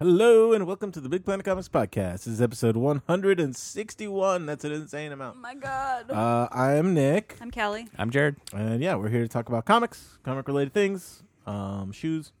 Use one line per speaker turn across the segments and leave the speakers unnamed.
Hello and welcome to the Big Planet Comics Podcast. This is episode 161. That's an insane
Oh
amount.
my god.
Uh, I'm Nick,
I'm Kelly.
I'm Jared.
and yeah, we're here to talk about comics, comic related things, um, shoes.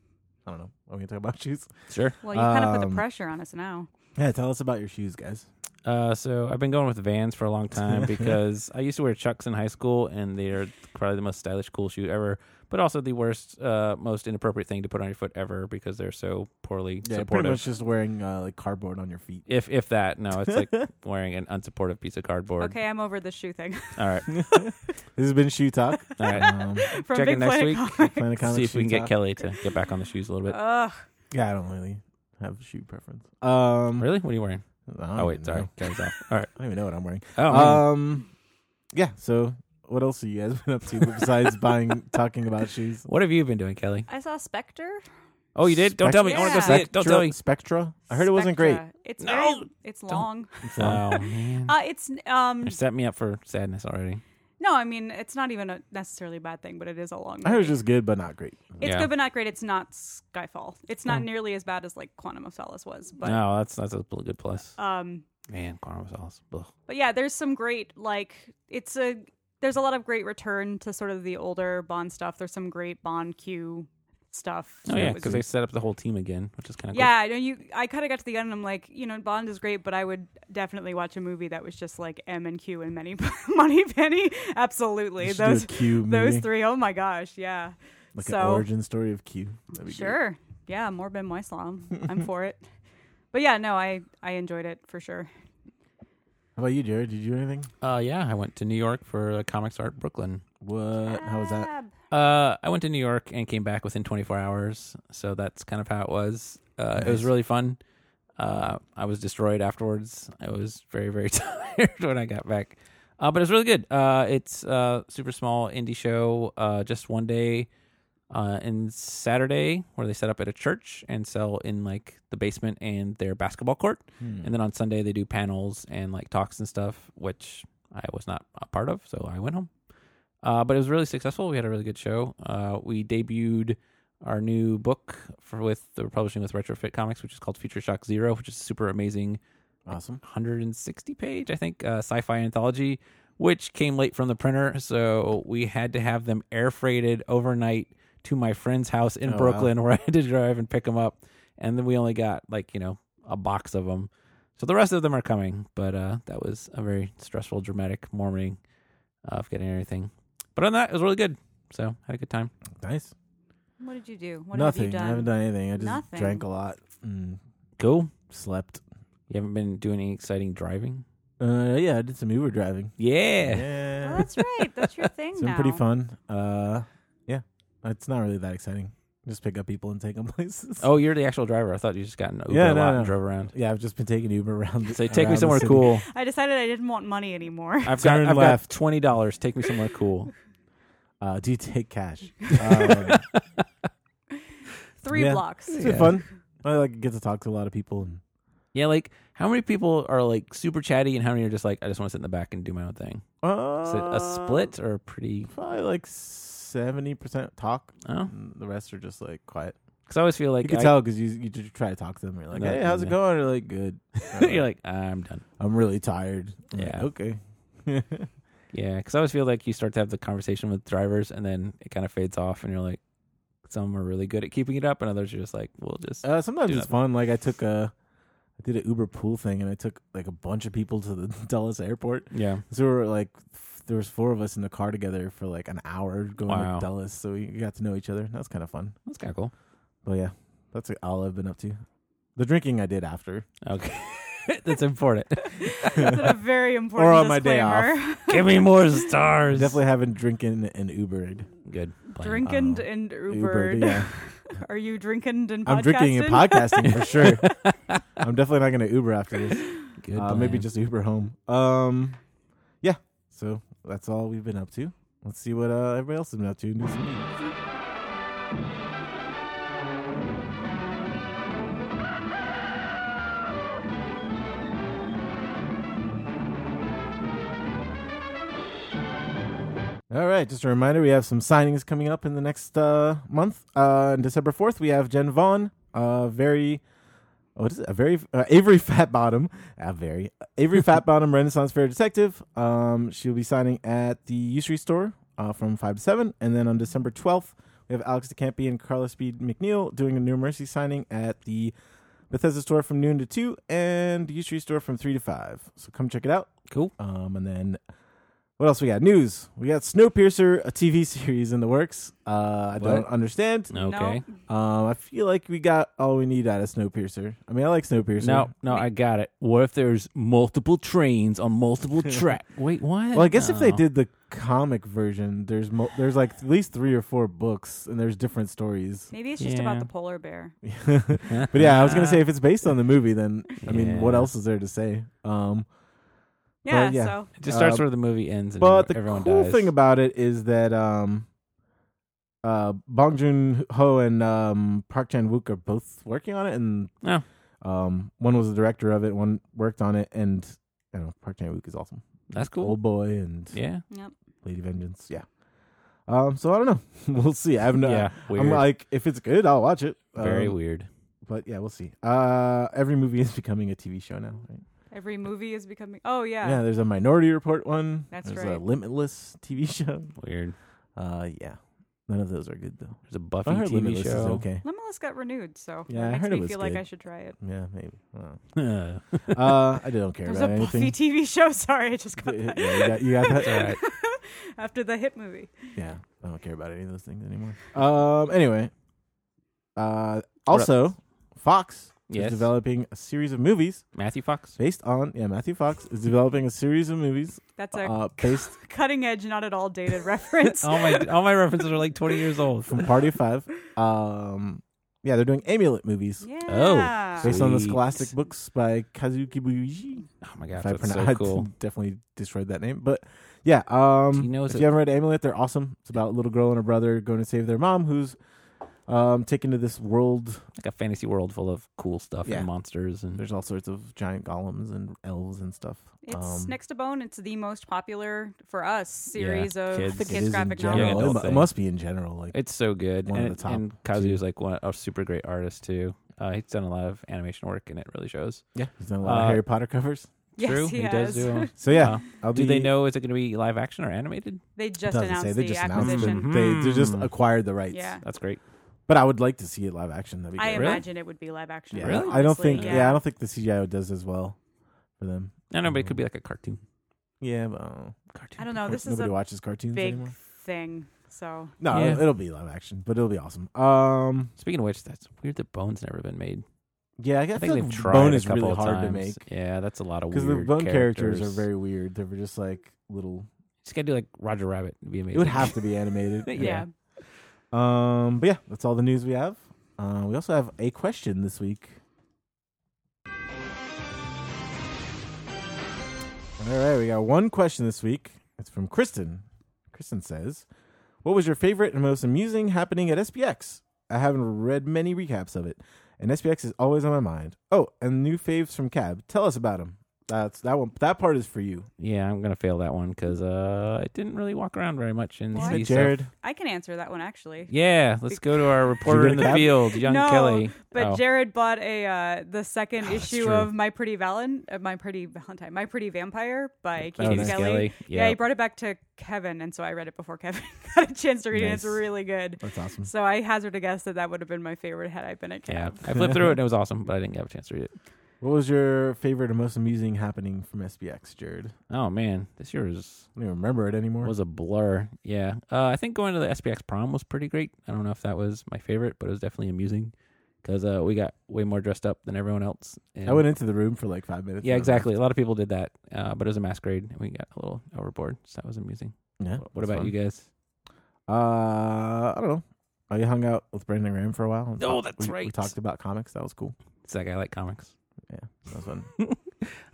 I don't know. Are we going to talk about shoes?
Sure.
Well, you kind of put
Um,
the pressure on us now.
Yeah, tell us about your shoes, guys.
Uh, so I've been going with Vans for a long time because I used to wear Chucks in high school, and they are probably the most stylish, cool shoe ever, but also the worst, uh, most inappropriate thing to put on your foot ever because they're so poorly
Yeah, pretty
supportive.
much just wearing uh, like cardboard on your feet.
if if that, no, it's like wearing an unsupportive piece of cardboard.
Okay, I'm over the shoe thing.
All right.
this has been Shoe Talk.
All right.
Um,
From
Check
Big
in next
Planet
week.
Comics.
Planet Comics
See if
Shoe
we
Talk.
can get Kelly to get back on the shoes a little bit.
Ugh.
Yeah, I don't really have a shoe preference. Um,
really? What are you wearing?
I don't
Oh wait,
even
sorry.
know.
Kelly's off. All right.
I don't even know what I'm wearing.
Oh. man.
Um, yeah. So, what else have you guys been up to besides buying, talking about shoes?
what have you been doing, Kelly?
I saw Spectre.
Oh, you did? Don't tell me. I want to go see
Yeah.
it. Don't tell me.
Spectra. I heard it wasn't great.
Spectra. It's
No!
very, it's long.
It's not-
Oh man,
Uh, it's um
you set me up for sadness already.
no, I mean it's not even a necessarily bad thing, but it is a long.
I heard it was
movie.
just good, but not great.
it's
Yeah.
good but not great. It's not Skyfall. It's
Oh.
not nearly as bad as like Quantum of Solace was, but
no, that's that's a pl- good plus. Oh,
um
Man, Quantum of Solace. Ugh.
But yeah, there's some great like it's a there's a lot of great return to sort of the older Bond stuff. There's some great Bond Q stuff.
Oh
So
yeah,
it was-
because they set up the whole team again, which is kind of
yeah, I know you. I kind of got to the end, and I'm like, you know, Bond is great, but I would definitely watch a movie that was just like M and Q and Many Money Penny. Absolutely,
You should do a
those
Q
those
movie.
three. Oh my gosh, yeah.
Like an
so
origin story of Q. That'd be great.
sure, yeah, more Ben Weislam. I'm for it. But yeah, no, I I enjoyed it for sure.
How about you, Jared? Did you do anything?
cool. Uh, yeah, I went to New York for uh, Comics Art Brooklyn.
What? How was that?
Fab.
Uh, I went to New York and came back within 24 hours, so that's kind of how it was. Uh, It
Nice.
was really fun. Uh, I was destroyed afterwards. I was very very tired when I got back, uh, but it was really good. Uh, it's uh super small indie show. Uh, just one day. Uh, and Saturday, where they set up at a church and sell in like the basement and their basketball court.
Hmm.
And then on Sunday they do panels and like talks and stuff, which I was not a part of, so I went home. Uh, but it was really successful. We had a really good show. Uh, we debuted our new book for with that we're publishing with Retrofit Comics, which is called Future Shock Zero, which is a super amazing
Awesome.
160 page, I think, uh, sci-fi anthology, which came late from the printer, so we had to have them air freighted overnight to my friend's house in
Oh, wow.
Brooklyn, where I had to drive and pick them up, and then we only got like you know a box of them. So the rest of them are coming, but uh, that was a very stressful, dramatic morning of getting everything. But on that, it was really good. So had a good time.
Nice.
What did you do? What
Nothing.
Have you done?
I haven't done anything. I just
Nothing.
drank a lot and
Cool.
slept.
You haven't been doing any exciting driving.
Uh, yeah, I did some Uber driving.
Yeah.
Well,
Yeah.
that's right. That's your thing
It's
now.
been pretty fun. Uh, yeah, it's not really that exciting. Just pick up people and take them places.
Oh, you're the actual driver. I thought you just got an Uber
Yeah,
a
no,
lot
no.
and drove around.
Yeah, I've just been taking Uber around. the-
So take
around
me
the
somewhere
city.
cool.
I decided I didn't want money anymore.
I've got,
Turn
I've
left.
got twenty dollars. Take me somewhere cool.
Uh, do you take cash? um,
Three
Yeah.
blocks.
it's
Yeah.
been fun. I like get to talk to a lot of people. And
Yeah, like how many people are like super chatty and how many are just like I just want to sit in the back and do my own thing. Is it a
Uh,
split or a pretty?
Probably like seventy percent talk.
Oh,
and The rest are just like quiet.
because I always feel like
you can
I,
tell because you you just try to talk to them. You're like,
No,
hey, how's it
yeah.
going? They're like, good.
you're like I'm done.
I'm really tired. I'm like,
Yeah.
okay.
Yeah, because I always feel like you start to have the conversation with drivers and then it kind of fades off and you're like, some are really good at keeping it up and others are just like, we'll just.
Uh, sometimes
Do
it's
that.
fun. Like I took a, I did an Uber pool thing, and I took like a bunch of people to the Dulles airport.
yeah,
So we were like, f- there was four of us in the car together for like an hour going to
Wow.
Dulles. So we got to know each other. That was kind of fun.
that's kind of cool.
But yeah, that's like, all I've been up to. The drinking I did after.
Okay, that's important.
That's a very important
Or on my day
disclaimer.
Give me more stars.
Definitely haven't drinking and Ubered.
good. plan.
Drinking
Oh.
and
Ubered,
Ubered.
yeah.
Are you drinking and podcasting?
I'm drinking and podcasting for sure. I'm definitely not going to Uber after this.
Good.
Uh, maybe
plan.
just Uber home. Um, yeah. So that's all we've been up to. Let's see what uh, everybody else has been up to. and do some news. All right, just a reminder, we have some signings coming up in the next uh, month. Uh, on December 4th, we have Jen Vaughn, a very what is it? A very uh, Avery Fat Bottom, a very Avery Fat Bottom Renaissance Fair Detective. Um, she'll be signing at the U Street store uh, from five to seven, and then on December twelfth, we have Alex DeCampi and Carla Speed McNeil doing a New Mercy signing at the Bethesda store from noon to two, and U Street store from three to five. So come check it out.
Cool.
Um, and then what else we got? News. We got Snowpiercer, a TV series in the works. Uh, I don't
What?
understand.
Okay.
Um, I feel like we got all we need out of Snowpiercer. I mean, I like Snowpiercer.
No, no, I got it. What if there's multiple trains on multiple track? Wait, what?
Well, I guess if they
No.
did the comic version, there's mo- there's like at least three or four books, and there's different stories.
Maybe it's just about
Yeah.
the polar bear.
but yeah, I was gonna say if it's based on the movie, then I mean, what
Yeah.
else is there to say? Um,
Yeah,
yeah.
so
it just starts
uh,
where the movie ends, and
but the
everyone
cool
dies.
thing about it is that um, uh, Bong Joon Ho and um, Park Chan Wook are both working on it, and
Oh.
um, one was the director of it, one worked on it, and I don't know, Park Chan Wook is awesome.
That's cool.
Old boy and
Yeah.
Lady Vengeance, yeah. Um, so I don't know. we'll see. I have no.
yeah. Weird.
I'm like, if it's good, I'll watch it.
Very
Um,
weird.
But yeah, we'll see. Uh, every movie is becoming a TV show now, right?
every movie is becoming. Oh yeah,
Yeah, there's a Minority Report one.
That's
there's a
right.
Limitless TV show.
Weird.
Uh, yeah. None of those are good though.
There's a Buffy
I heard
TV
Limitless is
show.
okay.
Limitless got renewed, so
Yeah, I
it makes
heard it
me
was
feel like
good.
I should try it.
Yeah, maybe. I don't
Uh,
know. uh, I don't care
There's a
about anything.
Buffy TV show. Sorry, I just got that.
yeah, you got, you got that.
That's
After the hit movie.
Yeah, I don't care about any of those things anymore. Um. Anyway, uh, also, Fox
Yes.
is developing a series of movies
Matthew Fox.
based on yeah Matthew Fox is developing a series of movies
That's a
uh, based
cutting edge, not at all dated reference.
Oh
All my all my references are like 20 years old.
from Party of Five. Um. Yeah, they're doing amulet movies
Yeah.
based on the
Sweet.
Scholastic books by Kazuki Buichi.
Oh my gosh,
if I
that's
pronounce,
so cool.
definitely destroyed that name. But yeah, um,
Do you know
if
is
you
it-
haven't read Amulet, they're awesome. It's about a little girl and her brother going to save their mom, who's um, taken to this world.
Like a fantasy world full of cool stuff
Yeah.
and monsters and
There's all sorts of giant golems and elves and stuff.
It's
um,
next to Bone. It's the most popular for us series of
kids. I
the
think
it
kids
is in
graphic
general.
Yeah,
novels.
It
adult
mu- it,
thing.
must be in general. Like
It's so good.
One of
and,
the top
and Kazu
two.
is like one, a super great artist too. Uh, he's done a lot of animation work, and it really shows.
yeah, he's done a lot of
Uh,
Harry Potter covers.
Yes,
True,
he,
he,
has.
does do. 'em.
So yeah,
Uh,
I'll
do
be,
they know is it going to be live action or animated?
They just
doesn't
announced
say.
the
They just announced
acquisition.
it. Mm-hmm. They, they just
Hmm.
acquired the rights.
Yeah,
That's great.
but I would like to see it live action. That'd be
I
great.
Really?
imagine it would be live action.
Yeah,
Really?
I don't
honestly.
think.
Yeah.
Yeah. I don't think the CGI does as well for them.
No, no, but it could be like a cartoon.
Yeah, but I don't know.
Cartoon.
I don't know. Oh, This is
nobody
a
watches cartoons
big
anymore.
thing. So
No,
Yeah.
it'll, it'll be live action, but it'll be awesome. Um,
Speaking of which, that's weird. that Bone's never been made.
yeah, I,
I
guess
think they've
like
tried
Bone
a
is
couple
really
of
hard to
times.
make
Yeah, that's a lot of
because
weird
the Bone characters.
characters
are very weird. They were just like little.
Just gotta do like Roger Rabbit. It'd be amazing.
It would have to be animated.
Yeah.
yeah,
Um, but yeah, that's all the news we have. Uh, we also have a question this week. All right, we got one question this week. It's from Kristen. Kristen says, "What was your favorite and most amusing happening at SPX? I haven't read many recaps of it, and SPX is always on my mind. Oh, and new faves from Cab. Tell us about them. That's that one. That part is for you,
Yeah, I'm gonna fail that one because uh, I didn't really walk around very much in
What?
see stuff.
Jared.
I can answer that one actually.
Yeah, let's go to our reporter
get
in
a
the
cab?
field, young
no,
Kelly.
but
Oh.
Jared bought a uh, the second
that's
issue
true.
of My Pretty Valen, uh, My Pretty Valentine, My Pretty Vampire by
Oh,
Katie
nice.
Skelly. Yeah, he brought it back to Kevin, and so I read it before Kevin got a chance to read it. It's
Nice.
really good.
That's
Mm.
awesome.
So I hazard a guess that that would have been my favorite had I been at
Yeah,
camp.
I flipped through it and it was awesome, but I didn't get a chance to read it.
What was your favorite and most amusing happening from SPX, Jared?
Oh man, this year was
I don't even remember it anymore.
was a blur. Yeah, uh, I think going to the SPX prom was pretty great. I don't know if that was my favorite, but it was definitely amusing because uh, we got way more dressed up than everyone else. And
I went into the room for like five minutes.
Yeah,
and then
exactly. A lot of people did that, uh, but it was a masquerade, and we got a little overboard, so that was amusing.
left. Yeah.
What about you guys?
Uh, I don't know. I hung out with Brandon Graham for a while. and
Oh,
talked- we-
that's
We
right.
talked about comics. That was cool.
It's like I like comics.
That was fun.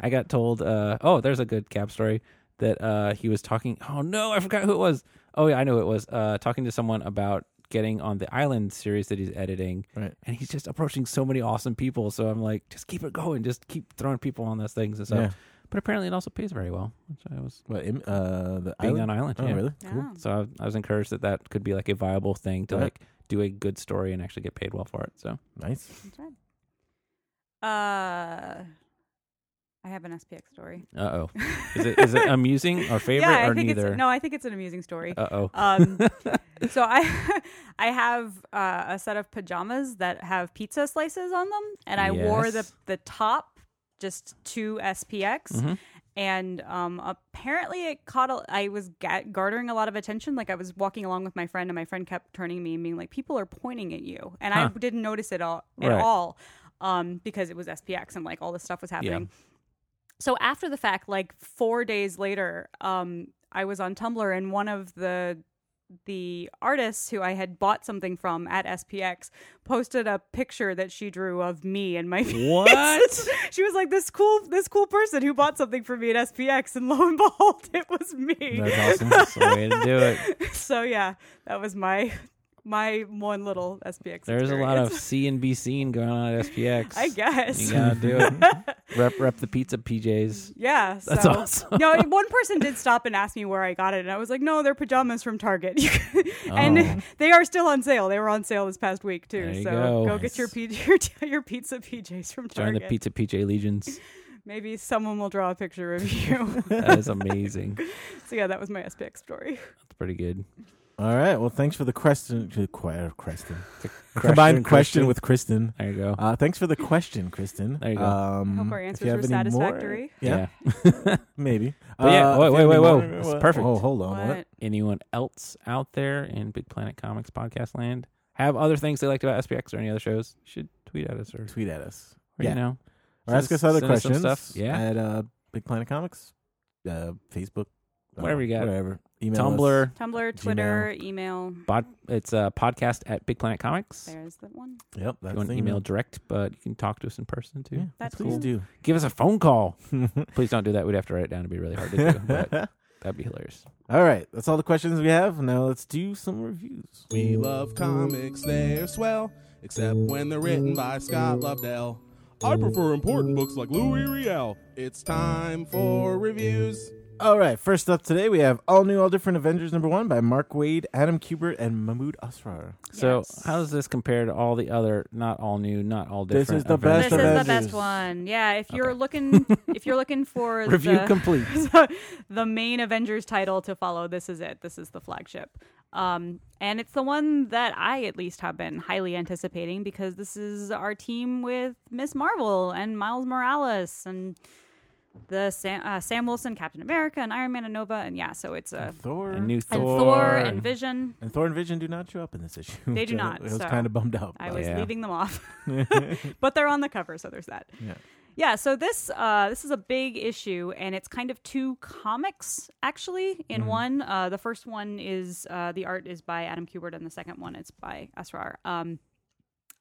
I got told, uh, oh, there's a good cab story that uh, he was talking. Oh no, I forgot who it was. Oh yeah, I know who it was. Uh, talking to someone about getting on the island series that he's editing,
Right.
and he's just approaching so many awesome people. So I'm like, just keep it going, just keep throwing people on those things and stuff.
yeah.
But apparently, it also pays very well, which I was
What? im- Uh, the
being
island?
on island.
Oh,
yeah.
really?
Yeah.
So I, I was encouraged that that could be like a viable thing to
Right.
like do a good story and actually get paid well for it. So
Nice.
That's right. Uh, I have an SPX story.
Uh oh. Is it is it amusing or favorite
yeah, I
or
think
neither?
it's no. I think it's an amusing story.
Uh oh.
Um, so I, I have uh, a set of pajamas that have pizza slices on them, and I wore the
Yes.
the top just to SPX,
Mhm.
and um, apparently it caught. A, I was ga- garnering a lot of attention. Like I was walking along with my friend, and my friend kept turning me and being like, "People are pointing at you," and
Huh.
I didn't notice it all at
Right.
all, um, because it was SPX and like all this stuff was happening so after the fact like four days later um i was on tumblr and one of the the artists who i had bought something from at spx posted a picture that she drew of me and my
What?
she was like this cool this cool person who bought something for me at spx and lo and behold it was me
That's awesome. That's the way to do it.
so yeah that was my my one little spx
There's a lot of
experience.
C and B scene going on at SPX.
i guess
You gotta do it. rep rep the pizza PJs.
Yeah,
That's
so.
awesome.
no, one person did stop and ask me where I got it, and I was like, "No, they're pajamas from Target, and they are still on sale. They were on sale this past week too.
Oh. There you
so
go.
get your, P- your your pizza PJs from
Join the
Target.
pizza PJ legions.
Maybe someone will draw a picture of you.
That is amazing.
so yeah, that was my SPX story.
That's pretty good.
All right. Well, thanks for the question. que- que- Question. Combined question with Kristen.
There you go.
Uh, thanks for the question, Kristen.
There Mm-hmm. you go.
Um,
I hope our
if
answers
you have
were
any more-
satisfactory.
yeah, maybe. Uh,
But yeah, wait,
if you
wait,
have
wait,
any
whoa.
more-
It's
what?
perfect.
Oh, hold on. What?
What?
Anyone else out there in Big Planet Comics podcast land have other things they liked about SPX or any other shows? You should tweet at us or, or
Tweet at us.
you
Yeah.
know.
Or
Send
ask us
us-
other
send us some
questions
stuff. Yeah.
at uh, Big Planet Comics, uh, Facebook, uh,
Whatever you got.
Whatever. Email us.
Tumblr,
Tumblr, Twitter, email.
bot, it's a podcast at Big Planet Comics.
There's that one.
Yep,
If
that's
you want
the
to email direct, but you can talk to us in person too.
Yeah,
That's
please
cool.
do.
Give us a phone call. Please don't do that. We'd have to write it down. It'd be really hard to do. but that'd be hilarious.
all right, that's all the questions we have. Now let's do some reviews.
We love comics, they're swell, except when they're written by Scott Lobdell. I prefer important books like Louis Riel. It's time for reviews.
All right, first up today we have All New, All Different Avengers number one by Mark Wade, Adam Kubert, and Mahmoud Asrar.
So,
Yes.
how does this compare to all the other, not all new, not all
This
different?
is the
Avengers?
best
this is the
Avengers.
best one. Yeah, if you're looking, if you're looking for
Review
the,
complete.
the main Avengers title to follow, this is it. This is the flagship, um, and it's the one that I at least have been highly anticipating because this is our team with Miss Marvel and Miles Morales and the Sam, uh, Sam Wilson, Captain America, and Iron Man and Nova, and yeah, so it's a
Thor
And new
and
Thor.
Thor and Vision.
and Thor and Vision do not show up in this issue.
They do
which I-
not,
I was
so
kind of bummed out.
I
by.
was
Yeah.
leaving them off, but they're on the cover, so there's that.
Yeah.
Yeah, so this uh, this is a big issue, and it's kind of two comics actually in one. Uh, the first one is uh, the art is by Adam Kubert, and the second one is by Asrar. Um,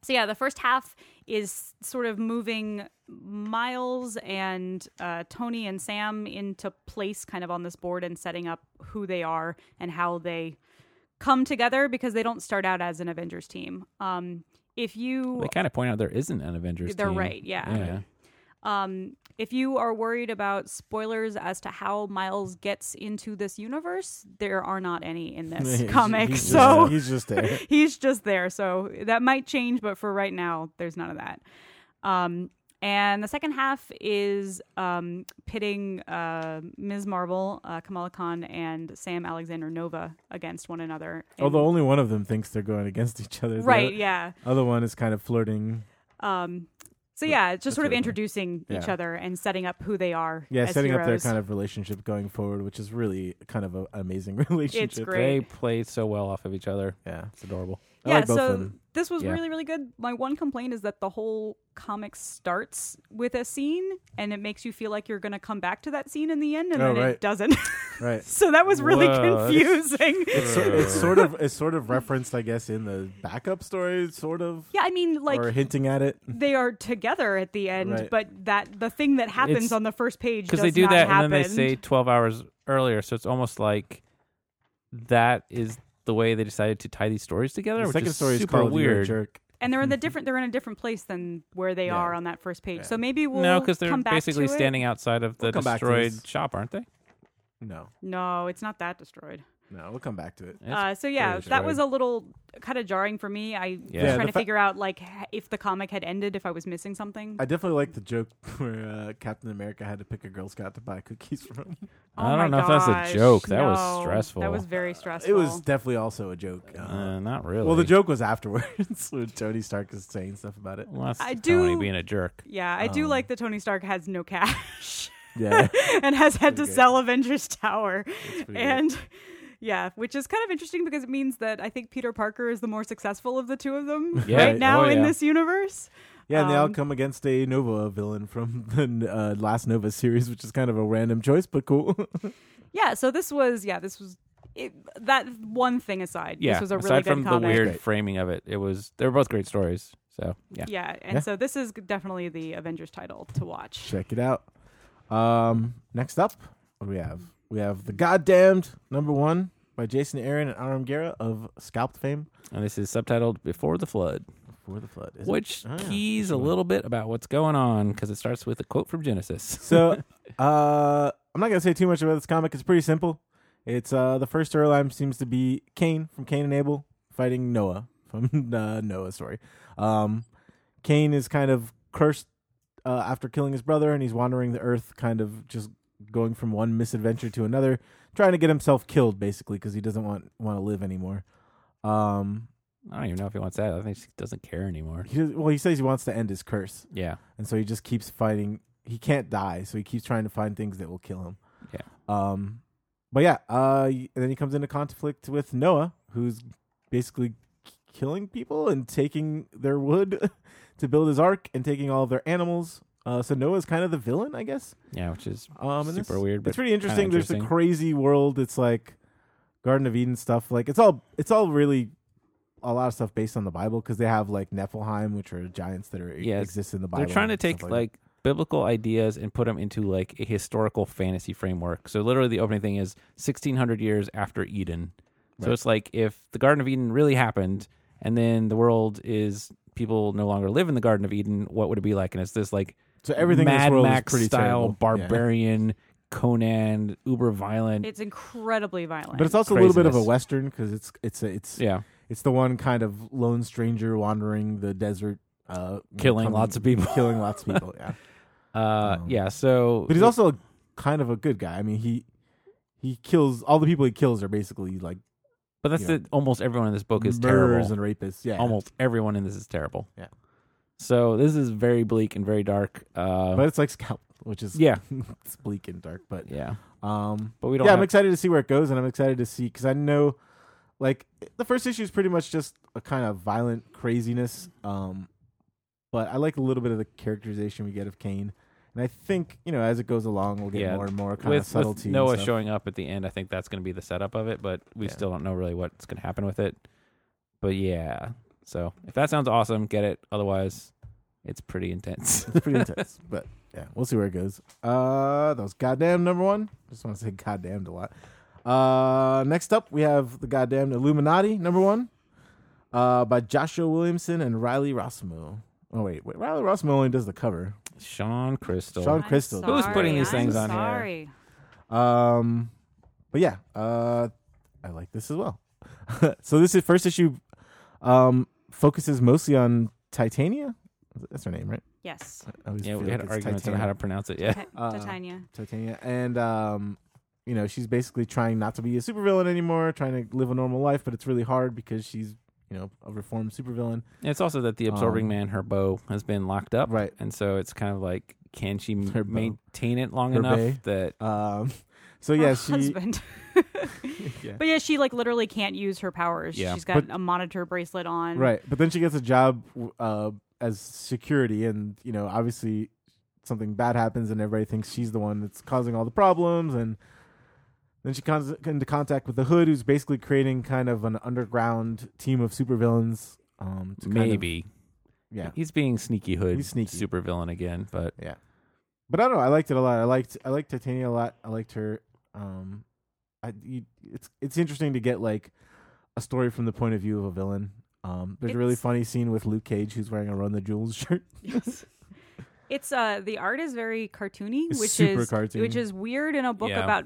so yeah, the first half is sort of moving Miles and uh, Tony and Sam into place, kind of on this board, and setting up who they are and how they come together because they don't start out as an Avengers team. Um, if you
They kind of point out there isn't an Avengers
They're
team.
right, yeah.
Yeah.
um, if you are worried about spoilers as to how Miles gets into this universe, there are not any in this
He's-
comic.
he's just-
so
he's just there.
he's just there. So that might change, but for right now, there's none of that. Um, and the second half is um, pitting uh, Ms. Marvel, uh, Kamala Khan, and Sam Alexander Nova against one another. And-
Although only one of them thinks they're going against each other. The
right,
other-
yeah.
Other one is kind of flirting.
Um, so yeah, it's just sort of
what I mean.
introducing each
Yeah.
other and setting up who they are.
Yeah,
as
setting up their
heroes.
kind of relationship going forward, which is really kind of a, an amazing relationship.
great.
They play so well off of each other.
Yeah.
It's adorable.
I
yeah,
like both
so
of them.
this was
Yeah.
really, really good. My one complaint is that the whole comic starts with a scene and it makes you feel like you're going to come back to that scene in the end and
Oh,
then
right.
it doesn't.
Right.
so that was really
Whoa, that's-
confusing.
So it's sort of it's sort of referenced, I guess, in the backup story, sort of,
yeah, I mean, like.
or hinting at it.
they are together at the end,
Right.
but that the thing that happens
It's-
on the first page
Because
does
they do
not
that
happen.
and then they say 12 hours earlier. So it's almost like that is the way they decided to tie these stories together,
The
which
second
is
story is
super
called You're a
weird.
Jerk.
and they're in the different they're in a different place than where they
Yeah.
are on that first page.
Yeah.
So maybe we'll
no, because they're
come back
basically
to it. Uh,
standing outside of the
We'll come back to
destroyed
this.
shop, aren't they?
No.
No, it's not that destroyed.
No, we'll come back to it.
Uh, so yeah,
pretty
that was a
jarring.
little kind of jarring for me. I
Yeah,
was
the
trying to
fa-
figure out like h- if the comic had ended, if I was missing something.
I definitely like the joke where uh, Captain America had to pick a Girl Scout to buy cookies from.
Oh
I don't
my
know if that's
gosh,
a joke. That was
no.
stressful.
That was very stressful.
It was definitely also a joke. Uh,
uh, not really.
well, the joke was afterwards when Tony Stark is saying stuff about it.
Well, that's
I
Tony
do-
being a jerk.
Yeah, I
um,
do like that Tony Stark has no cash
Yeah,
and has had to
good.
sell Avengers Tower.
pretty good.
And yeah, which is kind of interesting because it means that I think Peter Parker is the more successful of the two of them
Yeah.
right now
Oh,
in
yeah.
this universe.
yeah, and they all
Um,
come against a Nova villain from the uh, last Nova series, which is kind of a random choice, but cool.
Yeah, so this was yeah, this was it, that one thing aside.
Yeah.
this was a really
Aside
good
from
comic.
the weird
Great.
framing of it, it was they were both great stories. So yeah.
Yeah, and
Yeah.
so this is definitely the Avengers title to watch.
Check it out. Um, next up, what do we have? We have the goddamned number one by Jason Aaron and Aram Guerra of Scalped fame
And this is subtitled "Before the Flood,"
for the flood. Is it-
which
Ah,
keys a little bit about what's going on because it starts with a quote from Genesis.
So, uh, I'm not gonna say too much about this comic. It's pretty simple. It's uh, the first storyline seems to be Cain from Cain and Abel fighting Noah from uh, Noah's story. Um, Cain is kind of cursed uh, after killing his brother, and he's wandering the earth, kind of just going from one misadventure to another, trying to get himself killed, basically, because he doesn't want want to live anymore. Um,
I don't even know if he wants that. I think he doesn't care anymore.
he, well, he says he wants to end his curse,
Yeah.
and so he just keeps fighting. He can't die, so he keeps trying to find things that will kill him.
Yeah.
Um, but yeah, uh, y- and then he comes into conflict with Noah, who's basically k- killing people and taking their wood to build his ark and taking all of their animals. Uh, so Noah's kind of the villain, I guess.
Yeah, which is
Um, and
super
this-
weird. But
It's pretty interesting. There's
interesting.
the crazy world. It's like Garden of Eden stuff. Like it's all it's all really a lot of stuff based on the Bible because they have like Nephilim, which are giants that are e,
Yeah,
exist in the Bible.
they're trying to
and stuff
take like biblical ideas and put them into like a historical fantasy framework. So literally, the opening thing is 1600 years after Eden. So
Right.
it's like if the Garden of Eden really happened, and then the world is people no longer live in the Garden of Eden, what would it be like? And it's this like
so everything in
Mad
this world
Max
is pretty
style
terrible. Yeah.
barbarian Conan uber violent.
It's incredibly violent.
But it's also a little bit of a
Craziness.
western because it's it's it's
yeah,
it's the one kind of lone stranger wandering the desert, uh, you know,
Killing
coming-
lots of people.
killing lots of people. Yeah,
uh,
Um,
yeah. So,
but he's also kind of a good guy. I mean, he he kills all the people he kills are basically like
but that's
you know,
the, almost everyone in this book is terrible.
murderers and rapists. Yeah,
almost everyone in this is terrible.
Yeah.
So this is very bleak and very dark. Uh,
But it's like scalp, which is
yeah,
it's bleak and dark. But
yeah.
um,
But we
yeah,
don't.
I'm
have,
excited to see where it goes, and I'm excited to see because I know, like, the first issue is pretty much just a kind of violent craziness. Um, but I like a little bit of the characterization we get of Kane, and I think you know as it goes along, we'll get
Yeah,
more and more kind of
with,
subtlety.
with
and
Noah
stuff.
showing up at the end, I think that's going to be the setup of it. But we
Yeah.
still don't know really what's going to happen with it. But yeah. So if that sounds awesome, get it. Otherwise, it's pretty intense.
it's pretty intense, but yeah, we'll see where it goes. Uh, that was goddamn number one. Just want to say goddamned a lot. Uh, next up we have the goddamn Illuminati number one, uh, by Joshua Williamson and Riley Rossmo. Oh wait, wait, Riley Rossmo only does the cover.
Sean Crystal.
Sean
I'm
Crystal.
sorry,
Who's putting these
I'm
things on here?
sorry.
Um, but yeah, uh, I like this as well. so this is first issue. Um, focuses mostly on Titania. That's her name, right?
Yes,
I always
yeah, we
feel
had
like it's
arguments on
Titania.
how to pronounce it. Yeah.
Ti-
Uh,
Titania.
Titania, and um, you know, she's basically trying not to be a supervillain anymore, trying to live a normal life, but it's really hard because she's, you know, a reformed supervillain.
And it's also that the absorbing
Um,
man, her beau, has been locked up.
Right.
And so it's kind of like, can she m-
Her beau.
maintain it long
Her
enough
bae.
that
Um, so
Her
yeah, she
husband.
Yeah.
But yeah, she like literally can't use her powers.
Yeah.
She's got
But-
a monitor bracelet on.
right, but then she gets a job uh, as security, and you know, obviously something bad happens, and everybody thinks she's the one that's causing all the problems, and then she comes into contact with the Hood, who's basically creating kind of an underground team of supervillains. Um, to kind of-
maybe
yeah,
he's being sneaky hood,
He's sneaky.
super villain again. But
but I don't know. I liked it a lot. I liked I liked Titania a lot. I liked her. Um, I you, it's it's interesting to get like a story from the point of view of a villain. Um, there's a really
It's-
funny scene with Luke Cage who's wearing a Run the Jewels shirt.
Yes. It's uh the art is very cartoony,
It's
which
super
is
cartoony.
which is weird in a book
Yeah.
about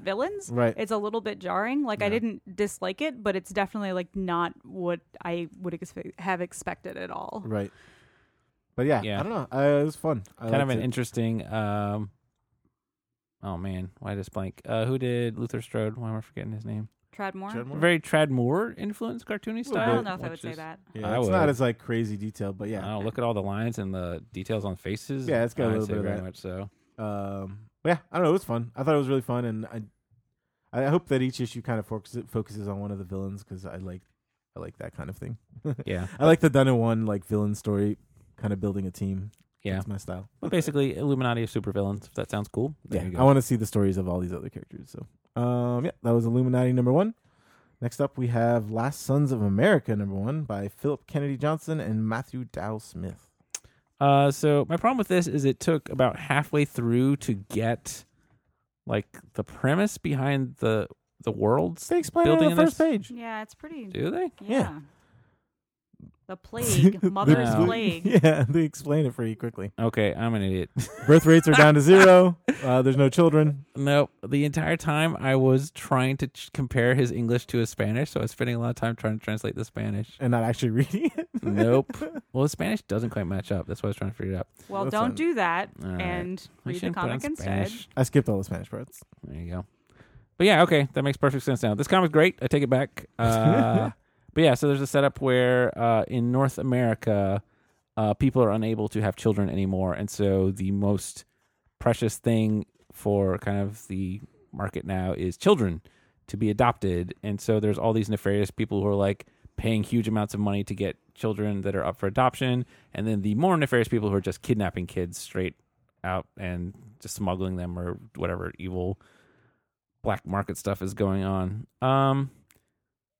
villains.
Right.
It's a little bit jarring. Like I
Yeah.
didn't dislike it, but it's definitely like not what I would ex- have expected at all.
Right. But yeah,
Yeah.
I don't know. Uh, it was fun. I
kind of
liked
an
it.
interesting. Um, oh man, why this blank? Uh, who did Luther Strode? Why am I forgetting his name?
Tried more.
Treadmore?
Very Trad Moore influenced cartoony
bit.
style.
I don't know if I
which
would say
is-
that.
Yeah,
I
it's
would.
not as like crazy detail, but yeah.
Oh, look at all the lines and the details on faces.
Yeah, it's got a
I'd
little
say
bit of
very
that.
much so.
Um, but yeah, I don't know. It was fun. I thought it was really fun, and I, I hope that each issue kind of focuses focuses on one of the villains because I like, I like that kind of thing.
Yeah,
I like the done in one like villain story, kind of building a team.
yeah.
That's my style.
But basically, Illuminati of supervillains. If that sounds cool, there you
yeah,
go.
I want to see the stories of all these other characters. So, um, yeah, that was Illuminati number one. Next up, we have Last Sons of America number one by Philip Kennedy Johnson and Matthew Dow Smith.
Uh, so my problem with this is it took about halfway through to get like the premise behind the the worlds.
They explain it
Building
on
in
the first
this-
page.
Yeah, it's pretty.
Do they?
Yeah.
Yeah. The plague, mother's
Wow.
plague.
Yeah, they explain it pretty quickly.
Okay, I'm an idiot.
Birth rates are down to zero. Uh, there's no children.
nope. The entire time I was trying to ch- compare his English to his Spanish, so I was spending a lot of time trying to translate the Spanish.
and not actually reading it.
nope. Well, the Spanish doesn't quite match up. That's why I was trying to figure it out.
Well,
That's
don't
fine.
do that
All right.
and
I
read the
shouldn't put on
comic instead.
Spanish.
I skipped all the Spanish parts.
There you go. But yeah, okay, that makes perfect sense now. This comic's great. I take it back. Uh, but yeah, so there's a setup where uh, in North America, uh, people are unable to have children anymore, and so the most precious thing for kind of the market now is children to be adopted. And so there's all these nefarious people who are like paying huge amounts of money to get children that are up for adoption, and then the more nefarious people who are just kidnapping kids straight out and just smuggling them or whatever evil black market stuff is going on. Um,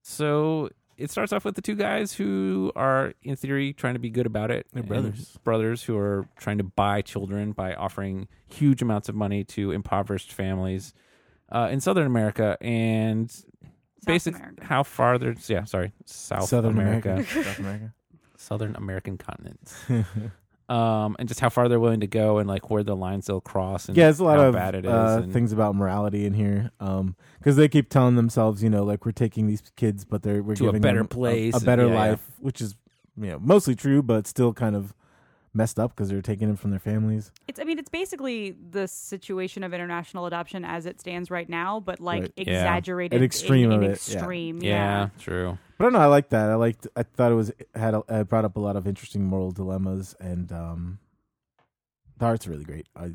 so it starts off with the two guys who are, in theory, trying to be good about it.
They're
and
brothers.
Brothers who are trying to buy children by offering huge amounts of money to impoverished families uh, in Southern America. And
South
basically,
America.
how far they're, yeah, sorry, South America.
South America.
Southern American continent. um, and just how far they're willing to go and like where the lines they'll cross and
Yeah, there's a lot
how
of
bad it is
uh,
and-
things about morality in here. Um, because they keep telling themselves, you know, like we're taking these kids, but they're we're
To a
giving
better
them
place,
a, better
yeah, yeah.
life, which is you know mostly true, but still kind of messed up because they're taking them from their families.
It's I mean, it's basically the situation of international adoption as it stands right now, but like
Right.
Yeah.
exaggerated
An extreme
in,
of
in
it, yeah.
extreme.
Yeah, true.
But I don't know. I liked that. I liked. I thought it was had a, uh, brought up a lot of interesting moral dilemmas, and um, the art's really great. I, it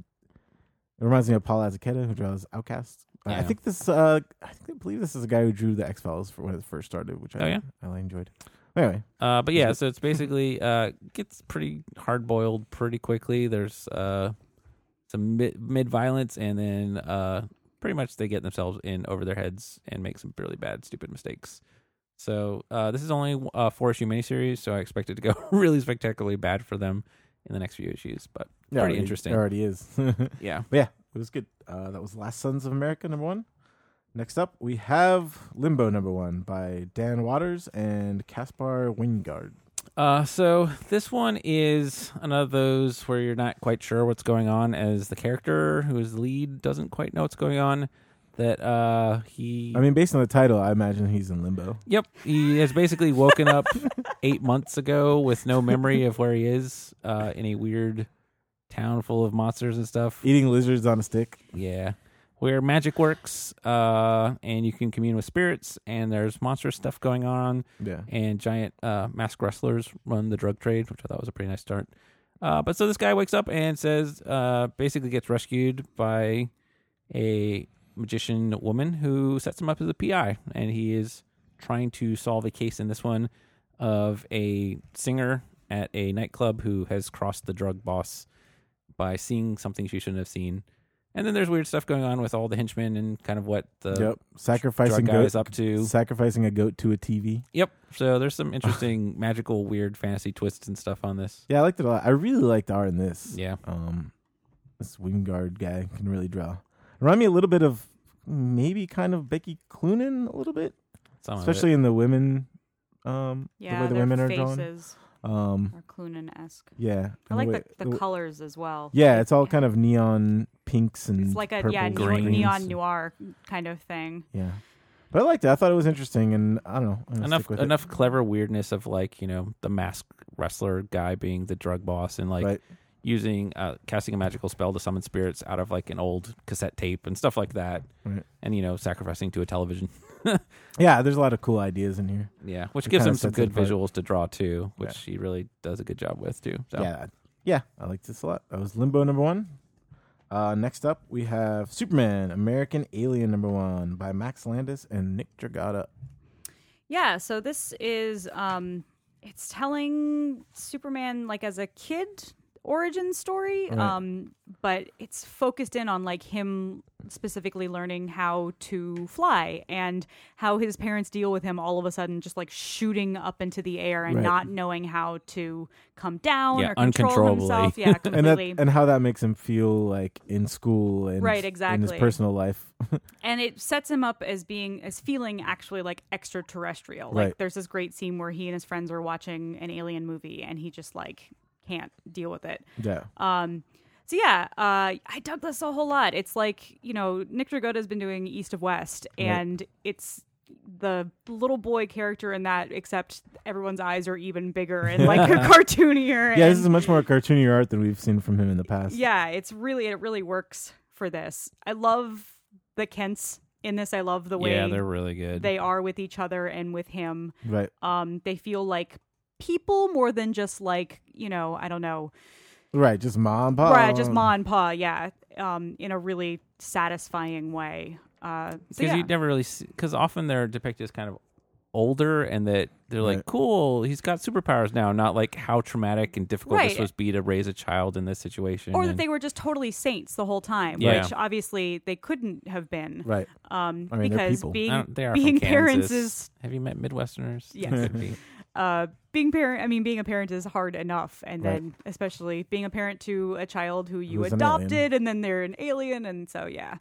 reminds me of Paul Azuceta, who draws Outcast. Uh, I
Yeah.
think this. Uh, I think I believe this is the guy who drew the X Files for when it first started, which
Oh,
I
yeah?
I enjoyed. Anyway,
Uh, but yeah, so it's basically uh, gets pretty hard boiled pretty quickly. There's uh, some mid violence, and then uh, pretty much they get themselves in over their heads and make some really bad, stupid mistakes. So uh, this is only a four issue miniseries, so I expect it to go really spectacularly bad for them in the next few issues. But
Yeah,
pretty
it-
interesting.
It already is. but
yeah,
yeah, it was good. Uh, that was Last Sons of America number one. Next up, we have Limbo number one by Dan Waters and Caspar Wingard.
Uh, so this one is another of those where you're not quite sure what's going on, as the character who is the lead doesn't quite know what's going on. That uh, he,
I mean, based on the title, I imagine he's in limbo.
yep, he has basically woken up eight months ago with no memory of where he is uh, in a weird town full of monsters and stuff.
eating lizards on a stick.
Yeah. Where magic works, uh, and you can commune with spirits, and there's monstrous stuff going on.
Yeah.
and giant uh, mask wrestlers run the drug trade, which I thought was a pretty nice start. Uh, but so this guy wakes up and says, uh, basically gets rescued by a magician woman who sets him up as a PI, and he is trying to solve a case in this one of a singer at a nightclub who has crossed the drug boss by seeing something she shouldn't have seen. And then there's weird stuff going on with all the henchmen and kind of what the
yep.
drug
Sacrificing
guy
goat,
is up to.
sacrificing a goat to a TV.
Yep. So there's some interesting, magical, weird fantasy twists and stuff on this.
Yeah, I liked it a lot. I really liked the art in this.
Yeah.
Um, this Wingard guy can really draw. Remind me a little bit of maybe kind of Becky Cloonan a little bit,
Some
especially in the women. Um,
Yeah,
the way the
their
women are drawn.
faces.
Um,
or Clunan esque.
yeah, and
I like
way-
the, the,
way-
colors as well.
Yeah, it's all kind of neon pinks and
It's like a yeah
purples
neo-
and
greens.
neon
greens.
noir kind of thing.
Yeah, but I liked it. I thought it was interesting, and I don't know. I'm gonna
enough
stick with it.
enough clever weirdness of like you know the masked wrestler guy being the drug boss and like
Right.
using uh, casting a magical spell to summon spirits out of like an old cassette tape and stuff like that,
Right.
and you know sacrificing to a television.
Yeah, there's a lot of cool ideas in here.
Yeah, which
It
gives
kinda
him some
sets it
good
apart.
visuals to draw too, which he really does a good job with too. So
Yeah, yeah, I liked this a lot. That was Limbo number one. Uh, next up, we have Superman American Alien number one by Max Landis and Nick Dragata.
Yeah, so this is um it's telling Superman like as a kid origin story um but it's focused in on like him specifically learning how to fly and how his parents deal with him all of a sudden just like shooting up into the air and
Right.
not knowing how to come down
Yeah,
or control
uncontrollably.
himself yeah
And that,
completely
and how that makes him feel like in school and
Right,
in his
exactly.
personal life.
and it sets him up as being as feeling actually like extraterrestrial
Right.
like there's this great scene where he and his friends are watching an alien movie and he just like can't deal with it
yeah,
um so yeah uh i dug this a whole lot it's like you know nick dragotta has been doing east of west and it's the little boy character in that except everyone's eyes are even bigger and like they're cartoonier
yeah.
and
This is much more cartoony art than we've seen from him in the past.
yeah, it's really it really works for this. I love the Kents in this. I love the way
yeah, they're really good.
they are with each other and with him.
right.
Um, they feel like people more than just like you know I don't know
Right, just mom, pop.
right, just ma and pa. Yeah, um, in a really satisfying way. Uh, so
because
yeah.
you never really because often they're depicted as kind of older and that they're like
Right.
cool he's got superpowers now not like how traumatic and difficult this
Right.
would be to raise a child in this situation
or that
and-
they were just totally saints the whole time,
Yeah.
which obviously they couldn't have been.
Right.
Um,
I mean, they're
because
people.
I
being
don't- they are
being
from
parents
Kansas.
is
have you met midwesterners
Yes.
Could be.
uh, being parent, I mean, being a parent is hard enough, and
Right.
then especially being a parent to a child who you
Who's an alien.
adopted, and then they're an alien, and so yeah.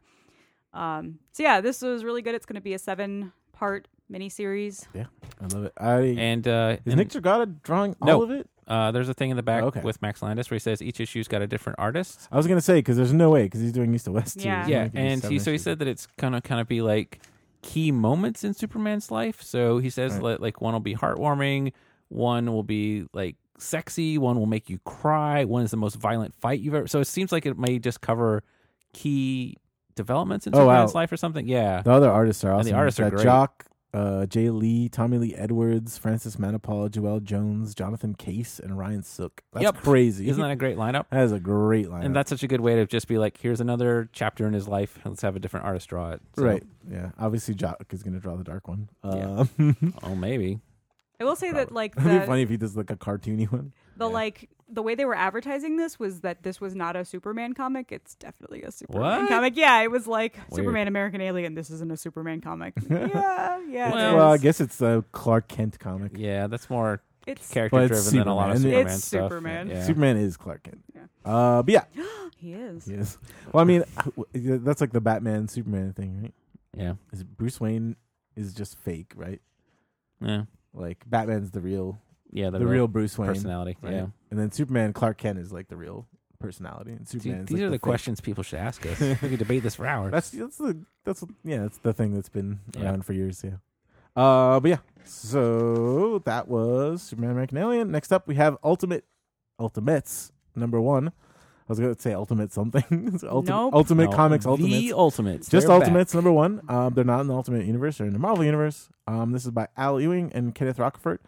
Um, so yeah, this was really good. It's going to be a seven-part miniseries.
Yeah, I love it. I
and uh
is
and,
Nick Dragata drawing all
No.
of it?
uh there's a thing in the back
Okay.
with max landis where he says each issue's got a different artist
I was gonna say because there's no way because he's doing East to West. too.
Yeah.
There's no way
yeah
it could be
and
seven
he so he
issues.
said that it's gonna kind of be like key moments in superman's life so he says
Right.
that, like one will be heartwarming one will be like sexy one will make you cry one is the most violent fight you've ever so it seems like it may just cover key developments in
Oh, wow.
superman's life or something yeah
the other artists are awesome.
the artists
We've
are
got
great.
Jock, uh, Jay Lee, Tommy Lee Edwards, Francis Manipal, Joel Jones, Jonathan Case, and Ryan Sook. That's
Yep.
crazy.
isn't that a great lineup
that is a great lineup.
and that's such a good way to just be like here's another chapter in his life let's have a different artist draw it So-
right. Yeah. Obviously, Jock is gonna draw the dark one.
Yeah.
Um,
oh maybe
I will say that like
it'd be
the,
funny if he does like a cartoony one.
the
yeah.
like the way they were advertising this was that this was not a Superman comic. It's definitely a Superman
What?
comic. Yeah, it was like Superman American Alien. This isn't a Superman comic. yeah, yeah. it
Well-
well, I
is.
guess it's a Clark Kent comic.
yeah that's more
it's
character driven than a lot of
Superman.
superman
It's
stuff
Superman.
yeah.
Superman is Clark Kent.
Yeah.
Uh, but yeah,
he is.
Yes. Well, I mean, that's like the Batman Superman thing, right?
yeah
Is Bruce Wayne is just fake, right?
yeah
Like Batman's the real,
yeah
the, real Bruce Wayne
personality
right?
yeah
And then Superman Clark Kent is like the real personality, and
Dude,
Superman.
these
like
are the,
fake.
questions people should ask us. we could debate this for hours.
That's that's the that's yeah, that's the thing that's been
Yeah.
around for years. Yeah. Uh, but yeah. So that was Superman American Alien. Next up, we have Ultimate Ultimates number one. I was gonna say Ultimate something. It's Ultimate,
Nope.
Ultimate
No,
Comics
the
Ultimates.
Ultimates.
Just
They're
Ultimates,
back.
number one. Um, they're not in the Ultimate Universe; they're in the Marvel Universe. Um, this is by Al Ewing and Kenneth Rockford,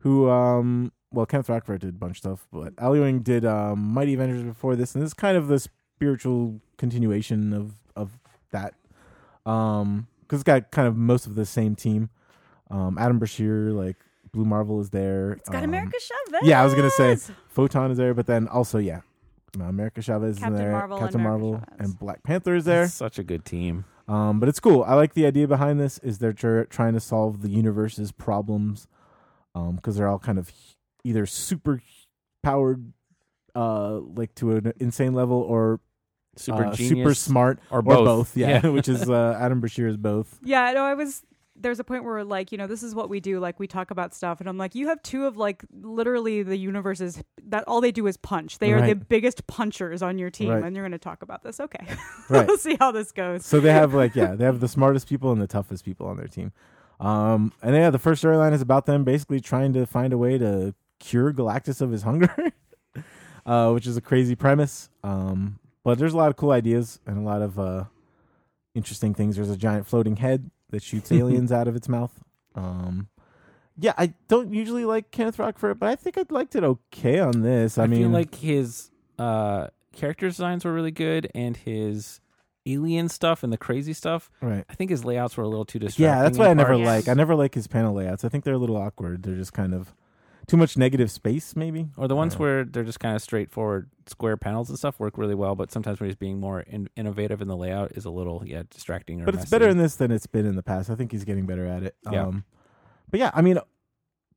who, um, well, Kenneth Rockford did a bunch of stuff, but Al Ewing did um, Mighty Avengers before this, and this is kind of the spiritual continuation of of that, because it's got kind of most of the same team. Um, Adam Brashear, like Blue Marvel, is there.
It's got
Um,
America Chavez.
Yeah, I was gonna say Photon is there, but then also yeah. America Chavez
Captain
is there,
Marvel and
Captain
America
Marvel,
Chavez.
and Black Panther is there.
Such a good team.
Um, but it's cool. I like the idea behind this. Is they're tr- trying to solve the universe's problems because they're all kind of h- either super powered, uh, like to an insane level, or
Super
uh,
genius.
super smart,
Or
or
both.
both. yeah,
Yeah.
which is uh, Adam Brashear is both.
Yeah, no, I was there's a point where we're like, you know, this is what we do. Like we talk about stuff, and I'm like, you have two of like literally the universes that all they do is punch. They are the
Right.
biggest punchers on your team,
Right.
and you're going to talk about this. Okay,
Right.
let's see how this goes.
So they have like yeah, they have the smartest people and the toughest people on their team. Um, and yeah, the first storyline is about them basically trying to find a way to cure Galactus of his hunger, uh, which is a crazy premise. Um, but there's a lot of cool ideas and a lot of uh, interesting things. There's a giant floating head that shoots aliens out of its mouth. Um, yeah, I don't usually like Kenneth Rock for it, but I think I liked it okay on this. I,
I,
mean,
feel like his uh, character designs were really good, and his alien stuff and the crazy stuff.
right.
I think his layouts were a little too distracting.
Yeah, that's what I
in
never
parts.
like. I never like his panel layouts. I think they're a little awkward. They're just kind of too much negative space, maybe.
Or the ones
Uh,
where they're just kind of straightforward square panels and stuff work really well, but sometimes when he's being more in- innovative in the layout is a little yeah distracting. Or
But it's
messy.
better in this than it's been in the past. I think he's getting better at it.
Yeah.
Um, but yeah, I mean,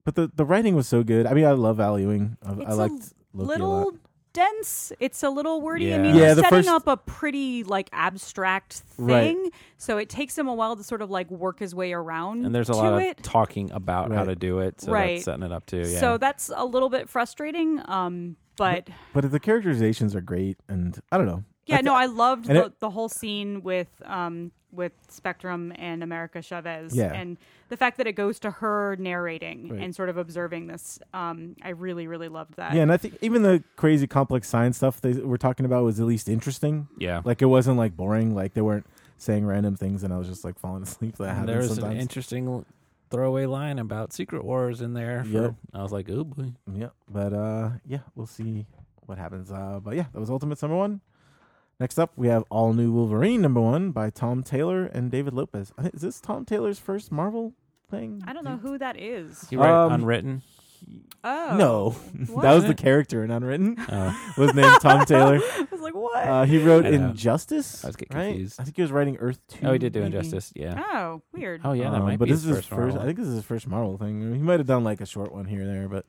but the the writing was so good. I mean, I love valuing. I, I
It's a
liked Loki a lot.
Little dense. It's a little wordy. I
Yeah.
mean,
Yeah,
they're
the
setting
first-
up a pretty like abstract
Right.
thing, so it takes him a while to sort of like work his way around.
and there's a
to
lot of
it.
talking about how
Right.
to do it, so
Right.
that's setting it up too. Yeah.
So that's a little bit frustrating. Um, but
But the characterizations are great, and I don't know.
yeah,
I
no, I loved
and
the,
it-
the whole scene with um with Spectrum and America Chavez,
Yeah.
and the fact that it goes to her narrating
Right.
and sort of observing this. Um, I really, really loved that.
Yeah, and I think even the crazy complex science stuff they were talking about was at least interesting.
yeah.
Like it wasn't like boring. Like they weren't saying random things, and I was just like falling asleep. That
And
happens
there was
sometimes.
an interesting l- throwaway line about Secret Wars in there. for-
Yep.
I was like, oh boy.
Yeah, but uh, yeah, we'll see what happens. Uh, but yeah, that was Ultimate number one. Next up, we have All New Wolverine number one by Tom Taylor and David Lopez. I think- Is this Tom Taylor's first Marvel thing?
I don't know who that is.
You write
Um,
unwritten.
Oh
No,
What?
that was the character in Unwritten.
Oh.
Was named Tom Taylor.
I was like, what?
Uh, he wrote
I know.
Injustice.
I was getting
right?
confused.
I think he was writing Earth Two.
oh, he did do
maybe.
Injustice. Yeah.
oh, weird.
Oh yeah, that
Um,
might
but
be
this is his first.
Marvel.
I think this is his first Marvel thing. I mean, he might have done like a short one here and there, but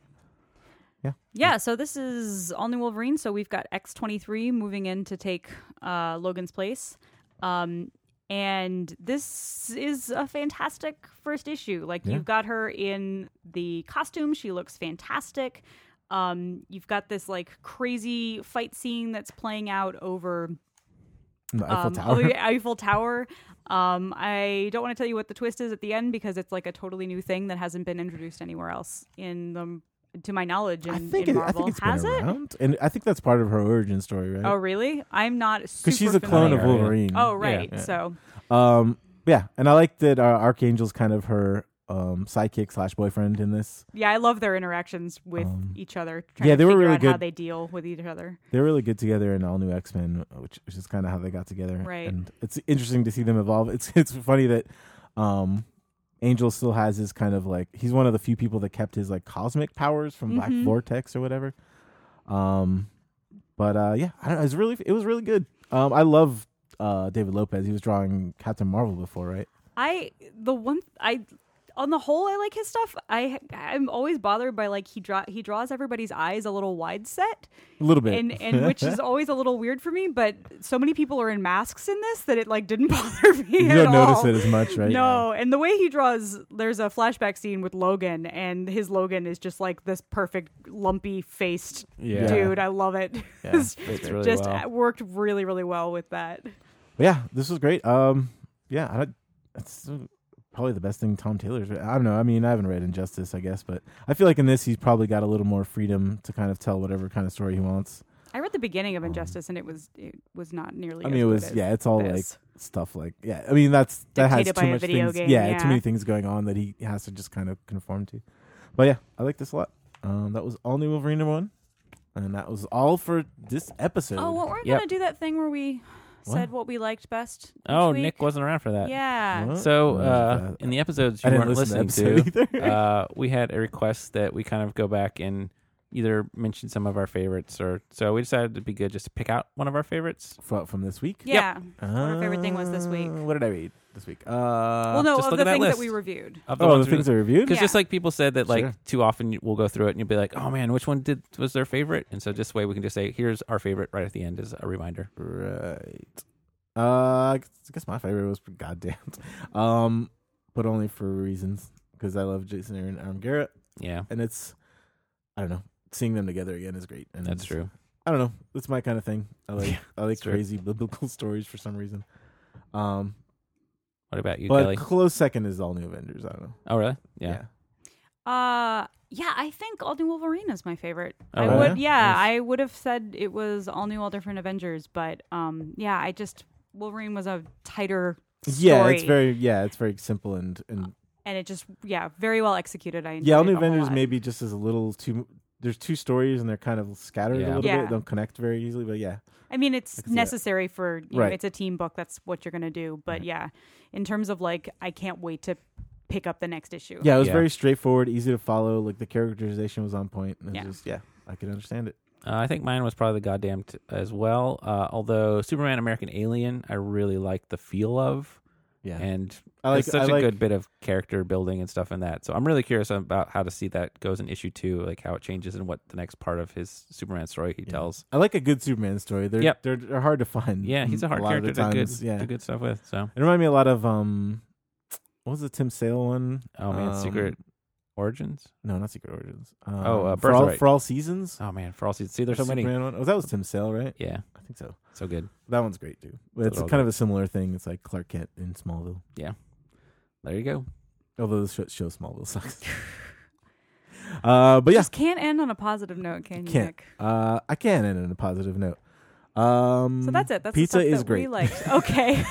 Yeah, so this is all new Wolverine. So we've got X23 moving in to take uh, Logan's place. Um, and this is a fantastic first issue. Like,
Yeah.
you've got her in the costume, she looks fantastic. Um, you've got this like crazy fight scene that's playing out over
the mm, Eiffel
um,
Tower.
Eiffel- Eiffel Tower. Um, I don't want to tell you what the twist is at the end because it's like a totally new thing that hasn't been introduced anywhere else in the to my knowledge in,
I think
in
it, I
Marvel.
think it's
Has
been
it?
around, and I think that's part of her origin story, right?
Oh really? I'm not super
because she's a clone of
familiar.
Wolverine.
Oh right.
Yeah.
So
Um, yeah, and I like that uh, Archangel's kind of her um sidekick slash boyfriend in this.
yeah, I love their interactions with
Um,
each other. Trying
yeah,
to
they were
figure
really
out How
good.
they deal with each other.
They're really good together in All New X Men, which, which is kind of how they got together.
Right.
and it's interesting to see them evolve. It's it's funny that um, Angel still has his kind of like he's one of the few people that kept his like cosmic powers from Black
Mhm.
Vortex or whatever. Um, but uh, yeah, I don't know. It was really it was really good. Um, I love uh David Lopez. He was drawing Captain Marvel before, right?
I the one I on the whole I like his stuff. I I'm always bothered by like he draw he draws everybody's eyes a little wide set.
A little bit,
and and which is always a little weird for me. But so many people are in masks in this that it like didn't bother me.
you
at
don't
all.
notice it as much, right?
No, and the way he draws, there's a flashback scene with Logan, and his Logan is just like this perfect lumpy faced
yeah.
dude. I love it.
Yeah,
It's
It's really
just
well.
uh, worked really, really well with that.
But yeah, this was great. Um, yeah, I don't, it's uh, probably the best thing Tom Taylor's. I don't know. I mean, I haven't read Injustice, I guess, but I feel like in this he's probably got a little more freedom to kind of tell whatever kind of story he wants.
I read the beginning
Um,
of Injustice, and it was it was not nearly.
I
as
mean, it
good
was
as
yeah, it's all
this.
like stuff like yeah. I mean, that's that has
Dictated
too
by a
much
video
things.
game,
yeah, too
yeah.
many things going on that he has to just kind of conform to. But yeah, I like this a lot. Um, that was all new Wolverine number one, and that was all for this episode.
Oh, well, we're
Yep.
gonna do that thing where we
What?
said what we liked best. each
Oh,
week.
Nick wasn't around for that.
Yeah.
What? Oh,
So uh,
that-
in the episodes
I
you
didn't
weren't
listen to
listening
the episode
to,
either.
uh, we had a request that we kind of go back and either mention some of our favorites or so we decided it'd be good just to pick out one of our favorites.
Fro- from this week.
Yeah.
What
our favorite thing was this week.
What did I read this week? Uh,
well, no,
just
of
look
the
at that
things
list.
that we reviewed.
Of
oh, the
ones we-
things I reviewed.
Because
Yeah.
just like people said that, like
Sure.
too often you- we'll go through it and you'll be like, "Oh man, which one did was their favorite?" And so this way we can just say, "Here's our favorite." Right at the end as a reminder.
Right. Uh, I guess- I guess my favorite was goddamn. Um, but only for reasons because I love Jason Aaron Armgara,
Yeah,
and it's I don't know. Seeing them together again is great. And
that's
it's-
true.
I don't know. It's my kind of thing. I like
Yeah,
I like
true.
crazy biblical stories for some reason. Um,
What about you,
but
Kelly?
close second is all new Avengers. I don't know.
Oh, really? Yeah.
Uh, yeah, I think All New Wolverine is my favorite.
Oh,
I
yeah?
would, yeah,
Nice.
I would have said it was All New, All Different Avengers, but um, yeah, I just Wolverine was a tighter story,
Yeah, it's very yeah, it's very simple and and
and it just yeah, very well executed. I
yeah, all
enjoyed
new
it a whole
Avengers
lot.
maybe just is a little too. There's two stories and they're kind of scattered
Yeah.
a little
Yeah.
bit. Don't connect very easily, but yeah,
I mean, it's
can see that.
necessary for you
Right.
know, it's a team book. That's what you're gonna do. But yeah, in terms of like, I can't wait to pick up the next issue.
yeah, it was
Yeah.
very straightforward, easy to follow. Like the characterization was on point. And yeah,
Yeah.
just, yeah, I could understand it.
Uh, I think mine was probably the goddamn t- as well. Uh, although Superman American Alien, I really like the feel of,
Yeah,
and
I like
there's such
I like,
a good bit of character building and stuff in that. So I'm really curious about how to see that goes in issue two, like how it changes and what the next part of his Superman story he
Yeah.
tells.
I like a good Superman story. They're
Yep.
they're, they're hard to find.
Yeah, he's a hard
lot of
character
the
to good,
times, Yeah,
do good stuff with. So,
it reminded me a lot of um, what was the Tim Sale one?
oh man,
Um,
Secret Origins.
No, not Secret Origins. Um,
Oh, uh,
for all,
Birthright.
for all seasons.
Oh man, for all seasons. See, there's so many.
Superman one. Oh, that was Tim Sale, right?
Yeah,
I think so.
so good.
That one's great too. But
Those
it's
are
a
all
kind of a similar thing. It's like Clark Kent in Smallville.
There you go.
Although the show, show Smallville sucks. uh, but yeah,
Just can't end on a positive note, can you?
Can't.
Nick?
uh, I can end on a positive note. Um,
So that's it. That's the
pizza
stuff
is
that
great.
We liked. Okay,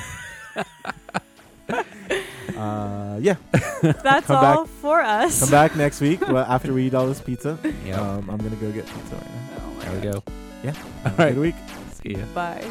Uh, yeah,
that's
Come
all
back.
for us.
come back next week well, after we eat all this pizza.
Yeah,
Um, I'm gonna go get pizza right now.
Oh my
there we go.
Yeah.
All right.
Good week.
See ya.
Bye.